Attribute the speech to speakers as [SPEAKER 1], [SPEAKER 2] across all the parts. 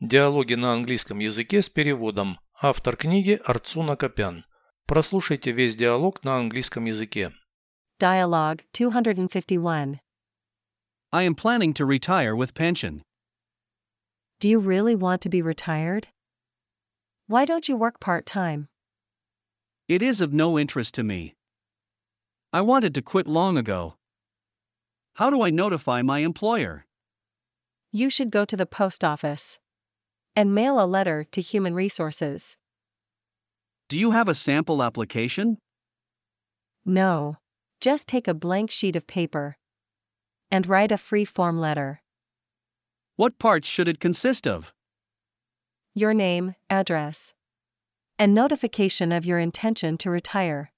[SPEAKER 1] Диалоги на английском языке с переводом. Автор книги Арцуна Копян. Прослушайте весь диалог на английском языке.
[SPEAKER 2] Dialogue 251.
[SPEAKER 3] I am planning to retire with pension.
[SPEAKER 2] Do you really want to be retired? Why don't you work part time?
[SPEAKER 3] It is of no interest to me. I wanted to quit long ago. How do I notify my employer?
[SPEAKER 2] You should go to the post office and mail a letter to Human Resources.
[SPEAKER 3] Do you have a sample application?
[SPEAKER 2] No. Just take a blank sheet of paper and write a free form letter.
[SPEAKER 3] What parts should it consist of?
[SPEAKER 2] Your name, address, and notification of your intention to retire.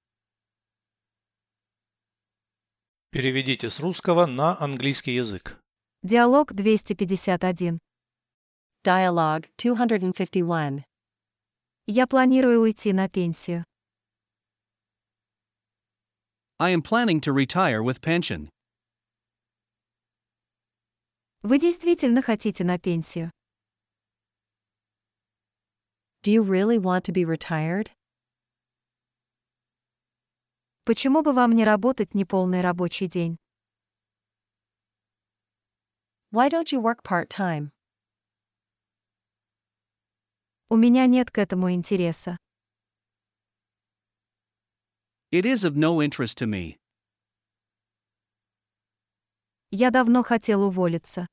[SPEAKER 1] Переведите с русского на английский язык.
[SPEAKER 4] Диалог 251.
[SPEAKER 2] Dialogue 251.
[SPEAKER 4] Я планирую уйти на пенсию.
[SPEAKER 3] I am planning to retire with pension.
[SPEAKER 4] Вы действительно хотите на пенсию?
[SPEAKER 2] Do you really want to be retired?
[SPEAKER 4] Почему бы вам не работать неполный рабочий день?
[SPEAKER 2] Why don't you work part time?
[SPEAKER 4] У меня нет к этому интереса.
[SPEAKER 3] It is of no interest to me.
[SPEAKER 4] Я давно хотел уволиться.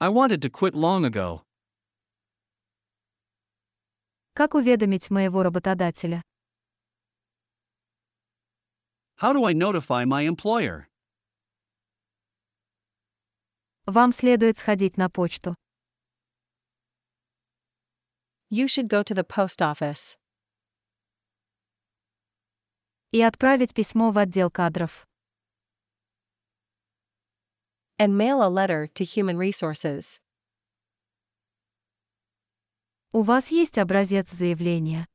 [SPEAKER 3] I wanted to quit long ago.
[SPEAKER 4] Как уведомить моего работодателя?
[SPEAKER 3] How do I notify my employer?
[SPEAKER 4] Вам следует сходить на почту.
[SPEAKER 2] You should go to the post office
[SPEAKER 4] И отправить письмо в отдел кадров.
[SPEAKER 2] and mail a letter to Human Resources.
[SPEAKER 4] У вас есть образец заявления.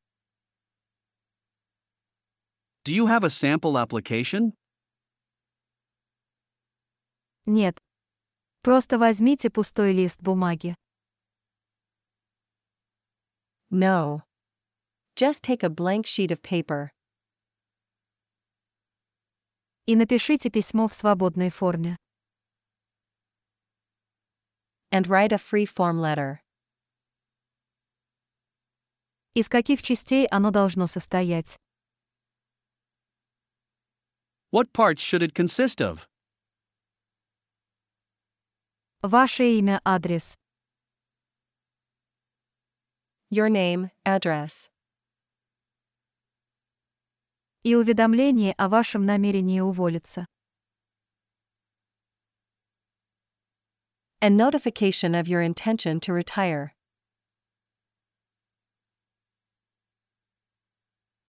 [SPEAKER 3] Do you have a sample application?
[SPEAKER 4] Нет. Просто возьмите пустой лист бумаги.
[SPEAKER 2] No. Just take a blank sheet of paper
[SPEAKER 4] И напишите письмо в свободной форме.
[SPEAKER 2] and write a free form letter.
[SPEAKER 4] Из каких частей оно должно состоять?
[SPEAKER 3] What parts should it consist of?
[SPEAKER 4] Ваше имя, адрес.
[SPEAKER 2] Your name, address,
[SPEAKER 4] и уведомление о вашем намерении уволиться.
[SPEAKER 2] and notification of your intention to retire.